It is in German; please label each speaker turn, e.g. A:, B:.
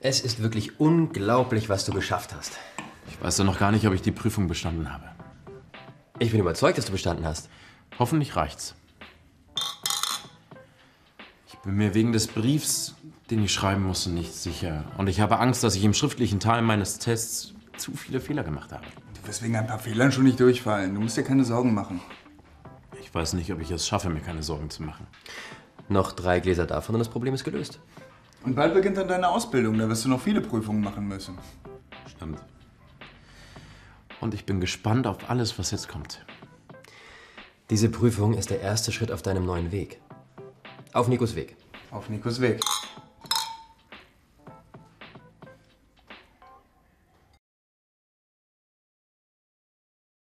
A: Es ist wirklich unglaublich, was du geschafft hast.
B: Ich weiß doch noch gar nicht, ob ich die Prüfung bestanden habe.
A: Ich bin überzeugt, dass du bestanden hast.
B: Hoffentlich reicht's. Ich bin mir wegen des Briefs, den ich schreiben musste, nicht sicher. Und ich habe Angst, dass ich im schriftlichen Teil meines Tests zu viele Fehler gemacht habe.
C: Du wirst wegen ein paar Fehlern schon nicht durchfallen. Du musst dir keine Sorgen machen.
B: Ich weiß nicht, ob ich es schaffe, mir keine Sorgen zu machen.
A: Noch drei Gläser davon und das Problem ist gelöst.
C: Und bald beginnt dann deine Ausbildung. Da wirst du noch viele Prüfungen machen müssen.
B: Stimmt. Und ich bin gespannt auf alles, was jetzt kommt.
A: Diese Prüfung ist der erste Schritt auf deinem neuen Weg. Auf Nikos Weg.
C: Auf Nikos Weg.